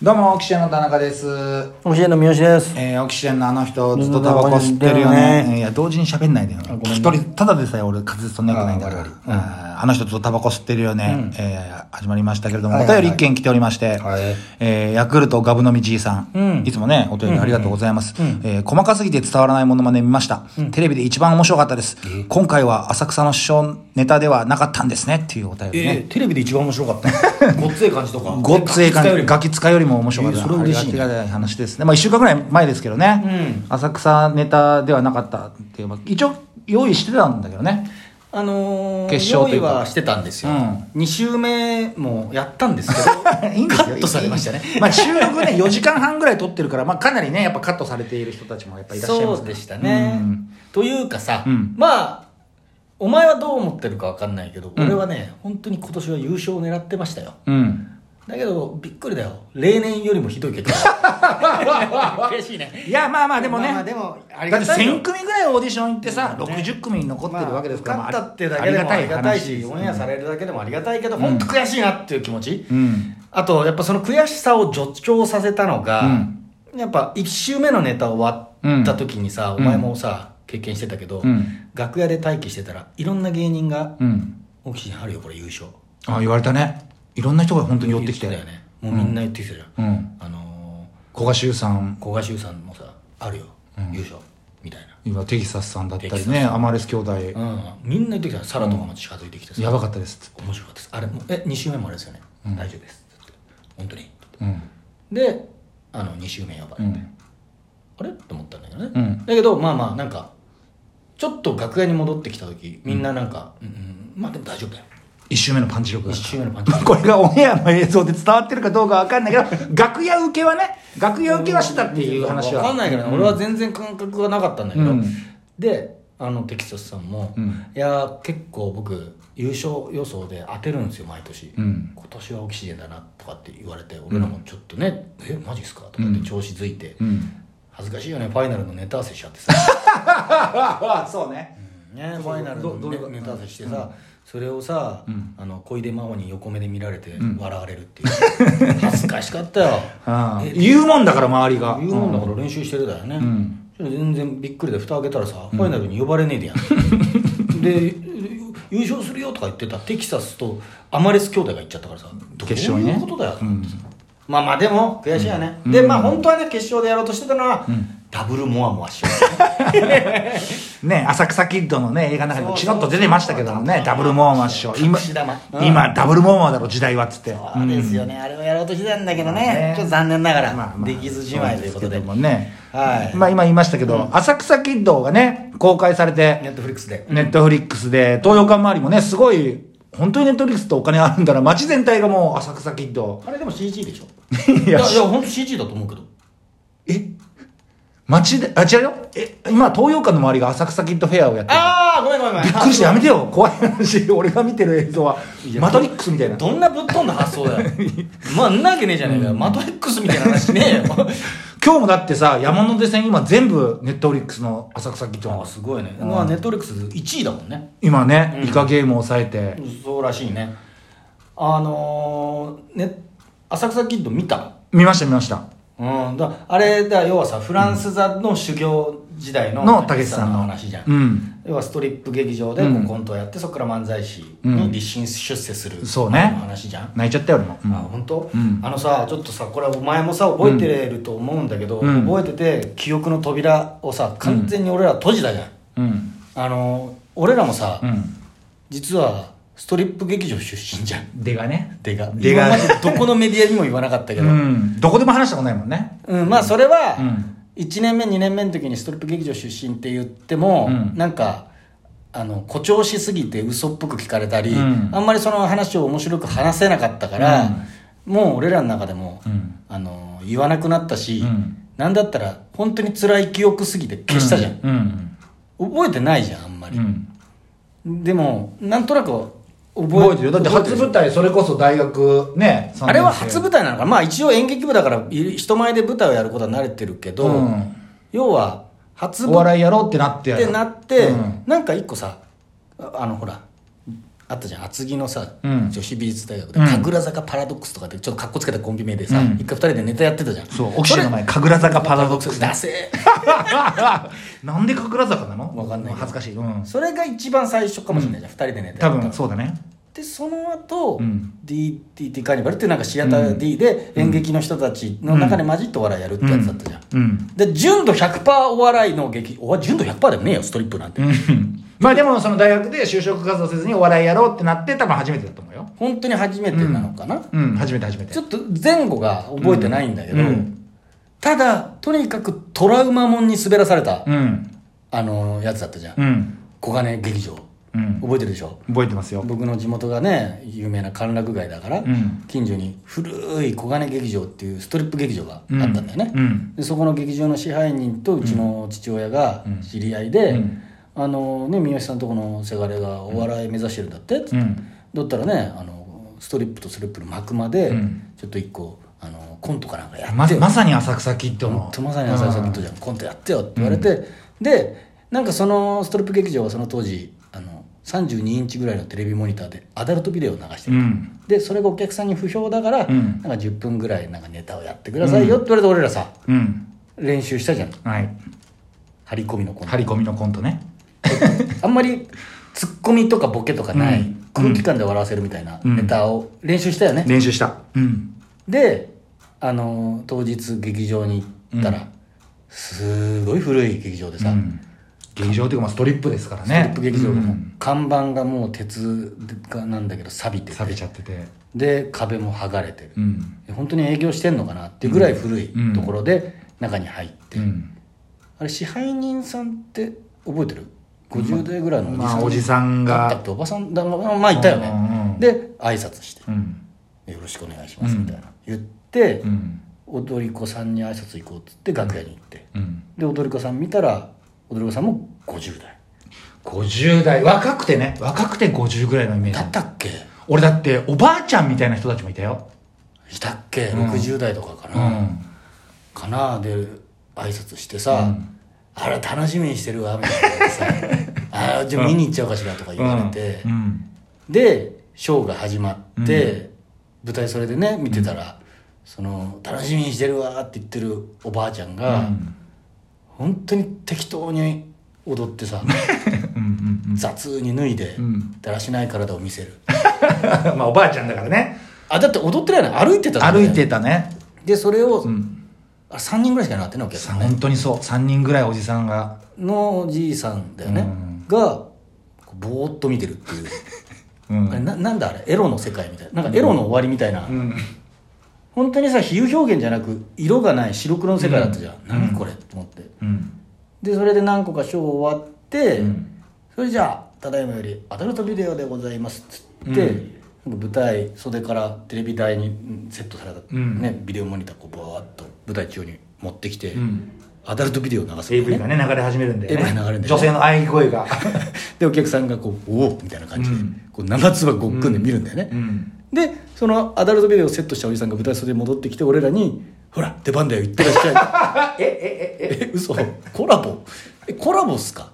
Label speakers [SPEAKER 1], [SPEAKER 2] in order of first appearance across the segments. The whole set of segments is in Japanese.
[SPEAKER 1] どうも、オキシエンの田中です。
[SPEAKER 2] おしえの三好です。
[SPEAKER 1] えー、オキシエンのあの人、ずっとタバコ吸ってるよ
[SPEAKER 2] う
[SPEAKER 1] ね。
[SPEAKER 2] ん
[SPEAKER 1] えーいや、同時に喋んないでよ
[SPEAKER 2] あご。めんね
[SPEAKER 1] 一人、ただでさえ俺、滑舌そんな良くないんだから。
[SPEAKER 2] あ
[SPEAKER 1] う
[SPEAKER 2] ー悪い
[SPEAKER 1] んあの人ずっとタバコ吸ってるよね。えー始まりましたけれども、
[SPEAKER 2] は
[SPEAKER 1] お
[SPEAKER 2] いはいは
[SPEAKER 1] 便
[SPEAKER 2] い
[SPEAKER 1] り一件来ておりまして
[SPEAKER 2] はい、
[SPEAKER 1] えーヤクルトガブ飲みじいさん
[SPEAKER 2] うん。
[SPEAKER 1] いつもね、お便りありがとうございます。えー細かすぎて伝わらないものまで見ました。テレビで一番面白かったです。今回は浅草の師匠ネタではなかったんですね、っていうお便りね。
[SPEAKER 2] えテレビで一番面白 かった。ごっつい感じとか。
[SPEAKER 1] ごっつええ感
[SPEAKER 2] より
[SPEAKER 1] じ
[SPEAKER 2] も
[SPEAKER 1] ガキ使いよりも面白かった、
[SPEAKER 2] えーそれは嬉しいね
[SPEAKER 1] ありがたい話ですねまあ1週間ぐらい前ですけどね、浅草ネタではなかったっていうまあ一応用意してたんだけどね
[SPEAKER 2] あのー、
[SPEAKER 1] 決勝とい
[SPEAKER 2] 用
[SPEAKER 1] う
[SPEAKER 2] 意
[SPEAKER 1] か
[SPEAKER 2] はしてたんですよ。
[SPEAKER 1] うん
[SPEAKER 2] 二週目もやったんですけ ど、
[SPEAKER 1] いいんですよ
[SPEAKER 2] カットされましたね。
[SPEAKER 1] まあ収録ね4時間 半ぐらい撮ってるから、まあ、かなりねやっぱカットされている人たちもやっぱいらっしゃいます
[SPEAKER 2] そうでしたね。
[SPEAKER 1] うん
[SPEAKER 2] というかさ、
[SPEAKER 1] うん
[SPEAKER 2] まあ、お前はどう思ってるかわかんないけど、
[SPEAKER 1] うん
[SPEAKER 2] 俺はね、本当に今年は優勝を狙ってましたよ。
[SPEAKER 1] うん
[SPEAKER 2] だけど、びっくりだよ。例年よりもひどい結果。 悔しいね。
[SPEAKER 1] いやまあまあでもね、
[SPEAKER 2] まあまあでもあり
[SPEAKER 1] だっ
[SPEAKER 2] が
[SPEAKER 1] て
[SPEAKER 2] たいよ
[SPEAKER 1] 1000組ぐらいオーディション行ってさ、
[SPEAKER 2] そうね
[SPEAKER 1] 60組残ってるわけですから、
[SPEAKER 2] まあ
[SPEAKER 1] まあ
[SPEAKER 2] 勝ったってだけでもありがたいし、
[SPEAKER 1] 話
[SPEAKER 2] オ
[SPEAKER 1] です
[SPEAKER 2] ンエアされるだけでもありがたいけど、
[SPEAKER 1] ん
[SPEAKER 2] 本当悔しいなっていう気持ち、
[SPEAKER 1] うん
[SPEAKER 2] あとやっぱその悔しさを助長させたのが、
[SPEAKER 1] うん
[SPEAKER 2] やっぱ1周目のネタ終わった時にさ、
[SPEAKER 1] うん
[SPEAKER 2] お前もさ経験してたけど、
[SPEAKER 1] うん
[SPEAKER 2] 楽屋で待機してたらいろんな芸人が
[SPEAKER 1] うん
[SPEAKER 2] 「オキシジンあるよこれ優勝」
[SPEAKER 1] ああ言われたねいろんな人が本当に寄ってきて
[SPEAKER 2] 言たよねもうみんな言ってきたじゃん、
[SPEAKER 1] うん
[SPEAKER 2] あの
[SPEAKER 1] 古賀修さん
[SPEAKER 2] ー、古賀修さんもさ「あるよ、優勝」みたいな。
[SPEAKER 1] 今テキサスさんだった
[SPEAKER 2] テ
[SPEAKER 1] り
[SPEAKER 2] キサス
[SPEAKER 1] ねアマレス兄弟、
[SPEAKER 2] うん、みんな言ってきたサラとかも近づいてきてさ、
[SPEAKER 1] やばかったですっつって
[SPEAKER 2] 面白かったですあれもえ2週目もあれですよね、大丈夫です本当に
[SPEAKER 1] うん
[SPEAKER 2] であの2週目呼ばれて、
[SPEAKER 1] うん
[SPEAKER 2] あれと思ったんだけどね、
[SPEAKER 1] うん
[SPEAKER 2] だけどまあまあなんかちょっと楽屋に戻ってきた時みんななんか、うんうんまあでも大丈夫だよ
[SPEAKER 1] 1周目のパンチ力が
[SPEAKER 2] 1周目のパンチ
[SPEAKER 1] これがオンエアの映像で伝わってるかどうかわかんないけど楽屋受けはね楽屋受けはしてたっていう話は
[SPEAKER 2] 分かんないけどね、俺は全然感覚がなかったんだけど、
[SPEAKER 1] うん
[SPEAKER 2] であのテキサスさんも、
[SPEAKER 1] うん
[SPEAKER 2] いやー結構僕優勝予想で当てるんですよ毎年、
[SPEAKER 1] うん
[SPEAKER 2] 今年はオキシジェンだなとかって言われて俺らもちょっとね「えマジっすか?」とかって調子づいて、
[SPEAKER 1] うん
[SPEAKER 2] 恥ずかしいよねファイナルのネタ合わせしちゃ ってさ
[SPEAKER 1] ああ そうね
[SPEAKER 2] ねファイナルの
[SPEAKER 1] どどういうこと
[SPEAKER 2] ねネタ合わせしてさ、それをさ、あの小出真央に横目で見られて笑われるっていう、恥ずかしかったよ
[SPEAKER 1] ああ言うもんだから周りが
[SPEAKER 2] 言うもんだから練習してるだよね、
[SPEAKER 1] ん
[SPEAKER 2] それ全然びっくりで蓋開けたらさ、ファイナルに呼ばれねえでやんで優勝するよとか言ってたテキサスとアマレス兄弟が行っちゃったからさどう
[SPEAKER 1] 決勝にね
[SPEAKER 2] いうことだよと
[SPEAKER 1] う
[SPEAKER 2] 思っ
[SPEAKER 1] ん
[SPEAKER 2] てさ、まあまあでも悔しいよね、でまあ本当はね決勝でやろうとしてたのは、ダブルモアモアしよう
[SPEAKER 1] ね浅草キッドのね映画の中にもチロッと出てましたけどもねダブルモーマッショー今
[SPEAKER 2] 隠し玉うん
[SPEAKER 1] 今ダブルモーマーだろ時代はっつって
[SPEAKER 2] そうですよね、あれをやろうとしてたんだけどね、
[SPEAKER 1] ね
[SPEAKER 2] ちょっと残念ながら、
[SPEAKER 1] まあまあ
[SPEAKER 2] できずじまいということ
[SPEAKER 1] そで
[SPEAKER 2] で
[SPEAKER 1] すけどもね、
[SPEAKER 2] はい
[SPEAKER 1] まあ今言いましたけど、浅草キッドがね公開され
[SPEAKER 2] ネ
[SPEAKER 1] て
[SPEAKER 2] ットフリックスで、
[SPEAKER 1] ネットフリックスで東洋館周りもねすごい本当にネットフリックスとお金あるんだな街全体がもう浅草キッド
[SPEAKER 2] あれでも CG でしょ
[SPEAKER 1] い
[SPEAKER 2] い
[SPEAKER 1] や
[SPEAKER 2] やいや本当 CG だと思うけど
[SPEAKER 1] え街であ違うよえ今東洋館の周りが浅草キッドフェアをやってる
[SPEAKER 2] ああごめんごめんごめん
[SPEAKER 1] びっくりしてやめてよ怖い話俺が見てる映像はマトリックスみたいな
[SPEAKER 2] どんなぶっ飛んだ発想 だよまあんなわけねえじゃねえかよ、マトリックスみたいな話ねえよ
[SPEAKER 1] 今日もだってさ山手線今全部ネットフリックスの浅草キッド
[SPEAKER 2] あ
[SPEAKER 1] なん
[SPEAKER 2] あ
[SPEAKER 1] です
[SPEAKER 2] すごいね、まあネットフリックス1位だもんね
[SPEAKER 1] 今ね、
[SPEAKER 2] う
[SPEAKER 1] イ
[SPEAKER 2] ん
[SPEAKER 1] カゲームを抑えて、
[SPEAKER 2] そうらしいねあのー、ね浅草キッド見た
[SPEAKER 1] 見ました見ました
[SPEAKER 2] うんだあれだ要はさフランス座の修行時代の
[SPEAKER 1] のたけしさんの
[SPEAKER 2] 話じゃん、
[SPEAKER 1] うん
[SPEAKER 2] 要はストリップ劇場でこ
[SPEAKER 1] うん
[SPEAKER 2] うコントをやってそこから漫才師
[SPEAKER 1] うん
[SPEAKER 2] に立身出世する
[SPEAKER 1] そうね
[SPEAKER 2] 話じゃん、
[SPEAKER 1] 泣いちゃったよ俺も、うん
[SPEAKER 2] あ本当、
[SPEAKER 1] うん
[SPEAKER 2] あのさちょっとさこれお前もさ覚えてると思うんだけど、
[SPEAKER 1] うん
[SPEAKER 2] 覚えてて記憶の扉をさ完全に俺ら閉じたじゃん、
[SPEAKER 1] うん
[SPEAKER 2] あの俺らもさ、
[SPEAKER 1] うん
[SPEAKER 2] 実はストリップ劇場出身じゃん
[SPEAKER 1] 出がね
[SPEAKER 2] でが
[SPEAKER 1] 出が
[SPEAKER 2] 今までどこのメディアにも言わなかったけ
[SPEAKER 1] う
[SPEAKER 2] ど、
[SPEAKER 1] んどこでも話したことないもんね
[SPEAKER 2] うん、まあそれは
[SPEAKER 1] うん
[SPEAKER 2] 1年目2年目の時にストリップ劇場出身って言っても、
[SPEAKER 1] うん
[SPEAKER 2] なんかあの誇張しすぎて嘘っぽく聞かれたり、
[SPEAKER 1] うん
[SPEAKER 2] あんまりその話を面白く話せなかったから、もう俺らの中でも、
[SPEAKER 1] うん
[SPEAKER 2] あの言わなくなったし、
[SPEAKER 1] うん
[SPEAKER 2] なんだったら本当に辛い記憶すぎて消したじゃん、
[SPEAKER 1] うん
[SPEAKER 2] 覚えてないじゃんあんま
[SPEAKER 1] うん、
[SPEAKER 2] り、でもなんとなく覚
[SPEAKER 1] 覚えてるよだって初
[SPEAKER 2] 覚える
[SPEAKER 1] 舞台それこそ大学ね
[SPEAKER 2] あれは初舞
[SPEAKER 1] 台
[SPEAKER 2] 台なのかなまあ一応演劇部だからい人前で舞台をやることは慣れてるけど、
[SPEAKER 1] うん
[SPEAKER 2] 要は
[SPEAKER 1] お
[SPEAKER 2] 初舞台
[SPEAKER 1] 笑いやろうってなって
[SPEAKER 2] ってなって、
[SPEAKER 1] うん
[SPEAKER 2] なんか一個さああのほらあったじゃん厚木のさ、
[SPEAKER 1] うん
[SPEAKER 2] 女子美術大学で、神楽坂パラドックスとかってちょっとかっこつけたコンビ名でさ、
[SPEAKER 1] うん
[SPEAKER 2] 一回二人でネタやってたじゃん
[SPEAKER 1] そう、オキシの前、神楽坂パラドックス。
[SPEAKER 2] 出せ
[SPEAKER 1] なんで神楽坂なの
[SPEAKER 2] わかんないけど
[SPEAKER 1] 恥ずかしい。うん。
[SPEAKER 2] それが一番最初かもしれないじゃん、二人でネタ
[SPEAKER 1] 多
[SPEAKER 2] やった
[SPEAKER 1] 分、そうだね。
[SPEAKER 2] でその後、
[SPEAKER 1] うん
[SPEAKER 2] DTT カーニバルっていうなんかシアター D で演劇の人たちの中で混じってお笑いやるってやつだったじゃん、
[SPEAKER 1] うん。
[SPEAKER 2] で純度100%お笑いの劇お純度100%でもねえよストリップなんて、
[SPEAKER 1] うん。 まあでも、その大学で就職活動せずにお笑いやろうってなって、多分初めてだと思うよ。
[SPEAKER 2] 本当に初めてなのかな、
[SPEAKER 1] うん、初めて初めて
[SPEAKER 2] ちょ。っと前後が覚えてないんだけど、
[SPEAKER 1] うんうん
[SPEAKER 2] ただとにかくトラウマもんに滑らされた、
[SPEAKER 1] うん。
[SPEAKER 2] あのやつだったじゃん、
[SPEAKER 1] うん。
[SPEAKER 2] 小金劇場、
[SPEAKER 1] うん
[SPEAKER 2] 覚えてるでしょ
[SPEAKER 1] 覚えてますよ。
[SPEAKER 2] 僕の地元がね有名な歓楽街だから、
[SPEAKER 1] ん
[SPEAKER 2] 近所に古い小金劇場っていうストリップ劇場があったんだよね、
[SPEAKER 1] うん。
[SPEAKER 2] でそこの劇場の支配人とうちの父親が知り合いで、
[SPEAKER 1] うん
[SPEAKER 2] あのね三好さんとこのせがれがお笑い目指してるんだってっつって、
[SPEAKER 1] うん
[SPEAKER 2] だったらねあのストリップとストリップの幕間で、
[SPEAKER 1] うん
[SPEAKER 2] ちょっと一個あのコントかなんかやってよ
[SPEAKER 1] ま、まさに浅草キッドの
[SPEAKER 2] と。まさに浅井さんとじゃんコントやってよって言われて、でなんかそのストリップ劇場はその当時あの32インチぐらいのテレビモニターでアダルトビデオを流して
[SPEAKER 1] う
[SPEAKER 2] る、
[SPEAKER 1] ん。
[SPEAKER 2] でそれがお客さんに不評だから、
[SPEAKER 1] うん
[SPEAKER 2] なんか10分ぐらいなんかネタをやってくださいよって言われて俺らさ
[SPEAKER 1] うん。
[SPEAKER 2] 練習したじゃん
[SPEAKER 1] はい。
[SPEAKER 2] 張り込みのコント、
[SPEAKER 1] 張り込みのコントね。
[SPEAKER 2] あんまりツッコミとかボケとかない、
[SPEAKER 1] うん
[SPEAKER 2] 空気感で笑わせるみたいな
[SPEAKER 1] うん
[SPEAKER 2] ネタを練習したよね、
[SPEAKER 1] 練習した。うん。
[SPEAKER 2] であの当日劇場に行ったら、すごい古い劇場でさ、
[SPEAKER 1] うん劇場というか、まあ、ストリップですから
[SPEAKER 2] ス
[SPEAKER 1] ね。
[SPEAKER 2] トリップ劇場でも、
[SPEAKER 1] うん
[SPEAKER 2] 看板がもう鉄がなんだけど錆びてて
[SPEAKER 1] 錆びちゃってて。
[SPEAKER 2] で壁も剥がれてる
[SPEAKER 1] う、ん。
[SPEAKER 2] 本当に営業してんのかなっていうぐらい古い
[SPEAKER 1] うん
[SPEAKER 2] ところで中に入って、
[SPEAKER 1] うん。
[SPEAKER 2] あれ支配人さんって覚えてる50代ぐらいの
[SPEAKER 1] まあ、おじさん
[SPEAKER 2] だった
[SPEAKER 1] が
[SPEAKER 2] っ。けおばさんだまあまあいたよね、
[SPEAKER 1] うんうん
[SPEAKER 2] で挨拶して
[SPEAKER 1] うん。
[SPEAKER 2] 「よろしくお願いします」みたいな、言って、
[SPEAKER 1] うん。
[SPEAKER 2] 踊り子さんに挨拶行こうっつって楽屋に行って、
[SPEAKER 1] うん。
[SPEAKER 2] で踊り子さん見たら踊り子さんも50代
[SPEAKER 1] 50代。若くてね。若くて50ぐらいのイメー
[SPEAKER 2] だっ
[SPEAKER 1] ジ。
[SPEAKER 2] たっけ
[SPEAKER 1] 俺だって、おばあちゃんみたいな人たちもいたよ。
[SPEAKER 2] いたっけ、
[SPEAKER 1] ん
[SPEAKER 2] 60代とかか
[SPEAKER 1] う
[SPEAKER 2] な、
[SPEAKER 1] ん。
[SPEAKER 2] かなで挨拶してさ、あら楽しみにしてるわみたい なさあーじゃあ見に行っちゃうかしらとか言われて、
[SPEAKER 1] うん。
[SPEAKER 2] でショーが始まって、舞台それでね見てたら、その楽しみにしてるわって言ってるおばあちゃんが、本当に適当に踊って さ雑に脱いで、だらしない体を見せる
[SPEAKER 1] まあ、おばあちゃんだからね。
[SPEAKER 2] あだって踊ってないの歩いてたじゃん
[SPEAKER 1] 歩いてたね。
[SPEAKER 2] でそれを、あ3人ぐらいしかいなかったねお客さんね
[SPEAKER 1] 本当にそう。3人ぐらいおじさんが。
[SPEAKER 2] のおじいさんだよね、
[SPEAKER 1] うん
[SPEAKER 2] がこうぼーっと見てるっていう
[SPEAKER 1] う
[SPEAKER 2] あれ
[SPEAKER 1] ん。
[SPEAKER 2] ななんだあれエロの世界みたいななんかエロの終わりみたいな、
[SPEAKER 1] うん。
[SPEAKER 2] 本当にさ比喩表現じゃなく色がない白黒の世界だったじゃん、何これと思って
[SPEAKER 1] うん。
[SPEAKER 2] でそれで何個かショー終わって、
[SPEAKER 1] ん
[SPEAKER 2] それじゃあただいまよりアダルトビデオでございますっつって、なんか舞台袖からテレビ台にうんセットされた、
[SPEAKER 1] うん
[SPEAKER 2] ね、ビデオモニターこうバーッと舞台中に持ってきて、
[SPEAKER 1] ん
[SPEAKER 2] アダルトビデオ流すんだよ
[SPEAKER 1] AV がね、流れ始めるんで、
[SPEAKER 2] AV が流れるんだよね
[SPEAKER 1] 女性の喘ぎ声が。
[SPEAKER 2] でお客さんがこう「おお!」みたいな感じで、こう7つはごっくんで見るんだよね、
[SPEAKER 1] うん。
[SPEAKER 2] でそのアダルトビデオをセットしたおじさんが舞台袖に戻ってきて俺らに「ほら出番だよ行ってらっしゃい」
[SPEAKER 1] え、え、え、え。
[SPEAKER 2] え嘘コラボえコラボっすか?」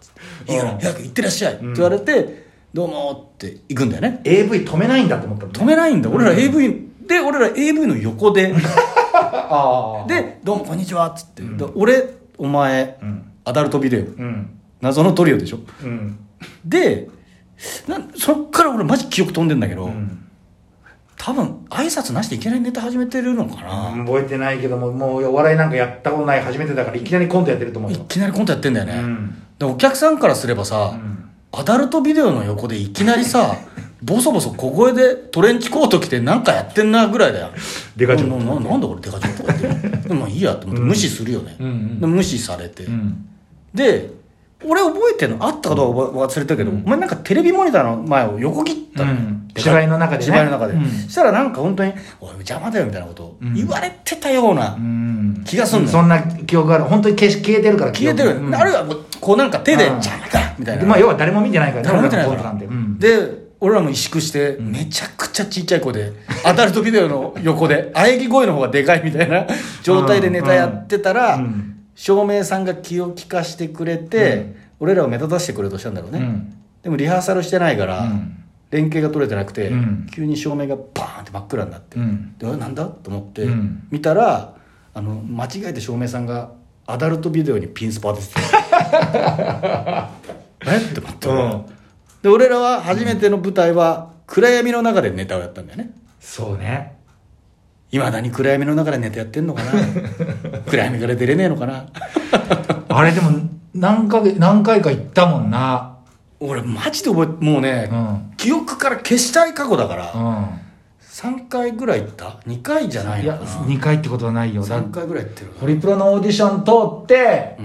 [SPEAKER 2] いいから
[SPEAKER 1] うん
[SPEAKER 2] 早く行ってらっしゃい」って言われて「どうも」って行くんだよね
[SPEAKER 1] AV 止めないんだと思ったのね
[SPEAKER 2] 止めないんだ俺ら AV で俺ら AV の 横で
[SPEAKER 1] ああ。
[SPEAKER 2] で「どうもこんにちは」っつって、だ俺お前、
[SPEAKER 1] ん
[SPEAKER 2] アダルトビデオ
[SPEAKER 1] うん。
[SPEAKER 2] 謎のトリオでしょ
[SPEAKER 1] うん。
[SPEAKER 2] でなんそっから俺マジ記憶飛んでんだけど、
[SPEAKER 1] うん
[SPEAKER 2] 多分挨拶なしでいきなりネタ始めてるのかな、
[SPEAKER 1] 覚えてないけども、もうお笑いなんかやったことない初めてだから、いきなりコントやってると思う
[SPEAKER 2] い
[SPEAKER 1] よ。
[SPEAKER 2] きなりコントやってんだよね、
[SPEAKER 1] ん
[SPEAKER 2] でお客さんからすればさ、
[SPEAKER 1] ん
[SPEAKER 2] アダルトビデオの横でいきな りさボソボソ小声でトレンチコート着てなんかやってんなぐらいだよ
[SPEAKER 1] デカチョ
[SPEAKER 2] な
[SPEAKER 1] ウ
[SPEAKER 2] ななんだこれデカチョウとか言ってるで もまあいいやと思って無視するよね、
[SPEAKER 1] うんうん
[SPEAKER 2] で無視されて、
[SPEAKER 1] うん。
[SPEAKER 2] で俺覚えてるのあったかどうか忘れたけど、お前なんかテレビモニターの前を横切ったのよ、
[SPEAKER 1] うん芝居の中でね
[SPEAKER 2] 芝居の中で、
[SPEAKER 1] うん
[SPEAKER 2] そしたらなんか本当に「おい邪魔だよ」みたいなことを言われてたような
[SPEAKER 1] うん。
[SPEAKER 2] 気がすんのよ
[SPEAKER 1] そんな記憶がある。本当に消し消えてるから、
[SPEAKER 2] 消えてるよね、
[SPEAKER 1] 記憶うん
[SPEAKER 2] あるいはこうこうなんか手で
[SPEAKER 1] うん
[SPEAKER 2] 「じゃあか」みたいな
[SPEAKER 1] まあ、要は誰も見てないから
[SPEAKER 2] 頼めてない
[SPEAKER 1] コ
[SPEAKER 2] か
[SPEAKER 1] ントな
[SPEAKER 2] ら
[SPEAKER 1] んて。うん。
[SPEAKER 2] で俺らも萎縮してめちゃくちゃちっちゃい子でアダルトビデオの横で喘ぎ声の方がでかいみたいな状態でネタやってたら
[SPEAKER 1] うん
[SPEAKER 2] 照明さんが気を利かしてくれて俺らを目立たせてくれようとしたんだろう
[SPEAKER 1] う
[SPEAKER 2] ね
[SPEAKER 1] ん
[SPEAKER 2] でもリハーサルしてないから
[SPEAKER 1] ん
[SPEAKER 2] 連携が取れてなくて、
[SPEAKER 1] うん
[SPEAKER 2] 急に照明がバーンって真っ暗になって、
[SPEAKER 1] うん
[SPEAKER 2] であなんだと思って、
[SPEAKER 1] うん
[SPEAKER 2] 見たらあの間違えて照明さんがアダルトビデオにピンスパ当てて たえって思って、
[SPEAKER 1] うん
[SPEAKER 2] で俺らは初めての舞台は暗闇の中でネタをやったんだよね
[SPEAKER 1] そうね
[SPEAKER 2] いまだに暗闇の中でネタやってんの かな暗闇から出れねえのかな
[SPEAKER 1] あれでも何回何回か行ったもんな
[SPEAKER 2] 俺マジで覚えもうね、
[SPEAKER 1] うん
[SPEAKER 2] 記憶から消したい過去だから、
[SPEAKER 1] うん
[SPEAKER 2] 3回ぐらい行った2回じゃない
[SPEAKER 1] い
[SPEAKER 2] の
[SPEAKER 1] や
[SPEAKER 2] かな
[SPEAKER 1] 2回ってことはないよだ
[SPEAKER 2] 3回ぐらい行ってる
[SPEAKER 1] ホリプロのオーディション通って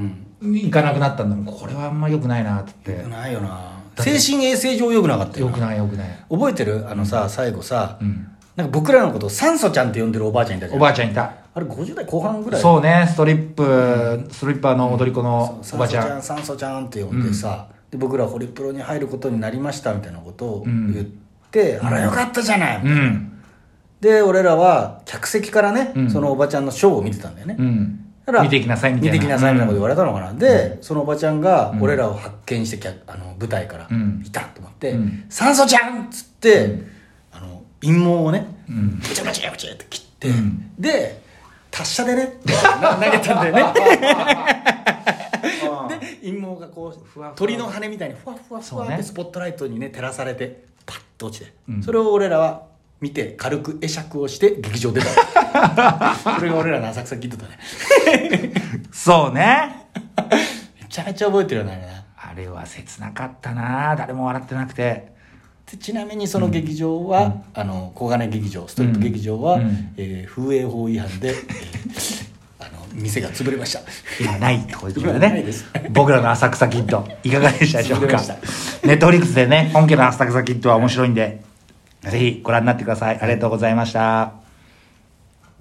[SPEAKER 2] うん
[SPEAKER 1] 行かなくなったんだもんこれはあんま良くないなっ
[SPEAKER 2] よ
[SPEAKER 1] て
[SPEAKER 2] くないよな精神衛生上よくなかったよ
[SPEAKER 1] 良
[SPEAKER 2] な
[SPEAKER 1] くない良くない
[SPEAKER 2] 覚えてるあのさ最後さ、
[SPEAKER 1] うん
[SPEAKER 2] なんか僕らのことを酸素ちゃんって呼んでるおばあちゃんいたじゃ
[SPEAKER 1] お
[SPEAKER 2] んあ
[SPEAKER 1] ばあちゃんいた
[SPEAKER 2] れ50代後半ぐらい
[SPEAKER 1] そうねストリップストリッパーの踊り子のお
[SPEAKER 2] 酸
[SPEAKER 1] ば
[SPEAKER 2] 素
[SPEAKER 1] あち
[SPEAKER 2] ちゃ
[SPEAKER 1] ゃ
[SPEAKER 2] ん
[SPEAKER 1] ん
[SPEAKER 2] 酸素ちゃんって呼んでさ、で僕らホリプロに入ることになりましたみたいなことを
[SPEAKER 1] うん
[SPEAKER 2] 言って、あらよかったじゃない、
[SPEAKER 1] うん
[SPEAKER 2] で俺らは客席からね、
[SPEAKER 1] うん
[SPEAKER 2] そのおばちゃんのショーを見てたんだよね、
[SPEAKER 1] うん
[SPEAKER 2] だから
[SPEAKER 1] 見てきなさいみたいな
[SPEAKER 2] 見てきなさいみたいなこと言われたのかな、でそのおばちゃんが俺らを発見して客あの舞台から
[SPEAKER 1] うん
[SPEAKER 2] いたと思って
[SPEAKER 1] うん
[SPEAKER 2] 「酸素ちゃん!」っつって、あの陰謀をね
[SPEAKER 1] うん
[SPEAKER 2] ブチャブチャブチャって切って、
[SPEAKER 1] うん
[SPEAKER 2] で達者でねってな投げたんだよね で陰謀がこう
[SPEAKER 1] ふわふわ
[SPEAKER 2] 鳥の羽みたいにふわふわふわっ
[SPEAKER 1] そう
[SPEAKER 2] て
[SPEAKER 1] ね
[SPEAKER 2] スポットライトにね照らされてパッと落ちて、
[SPEAKER 1] うん
[SPEAKER 2] それを俺らは見て軽く会釈をして劇 場出たそれが俺らの浅草キッドだね
[SPEAKER 1] そうね
[SPEAKER 2] めちゃめちゃ覚えてるよねあれね
[SPEAKER 1] あれは切なかったな誰も笑ってなくて
[SPEAKER 2] でちなみにその劇場は、あの小金劇場ストリップ劇場は、
[SPEAKER 1] うん
[SPEAKER 2] えー風営法違反で、えーあの店が潰れました
[SPEAKER 1] 今ないところ
[SPEAKER 2] 今
[SPEAKER 1] で
[SPEAKER 2] ない
[SPEAKER 1] ね
[SPEAKER 2] です
[SPEAKER 1] 僕らの浅草キッドいかがでしたでしょう
[SPEAKER 2] 見てま
[SPEAKER 1] か
[SPEAKER 2] した
[SPEAKER 1] ネットフリックスでね本家の浅草キッドは面白いんでぜひご覧になってくださいありがとうございました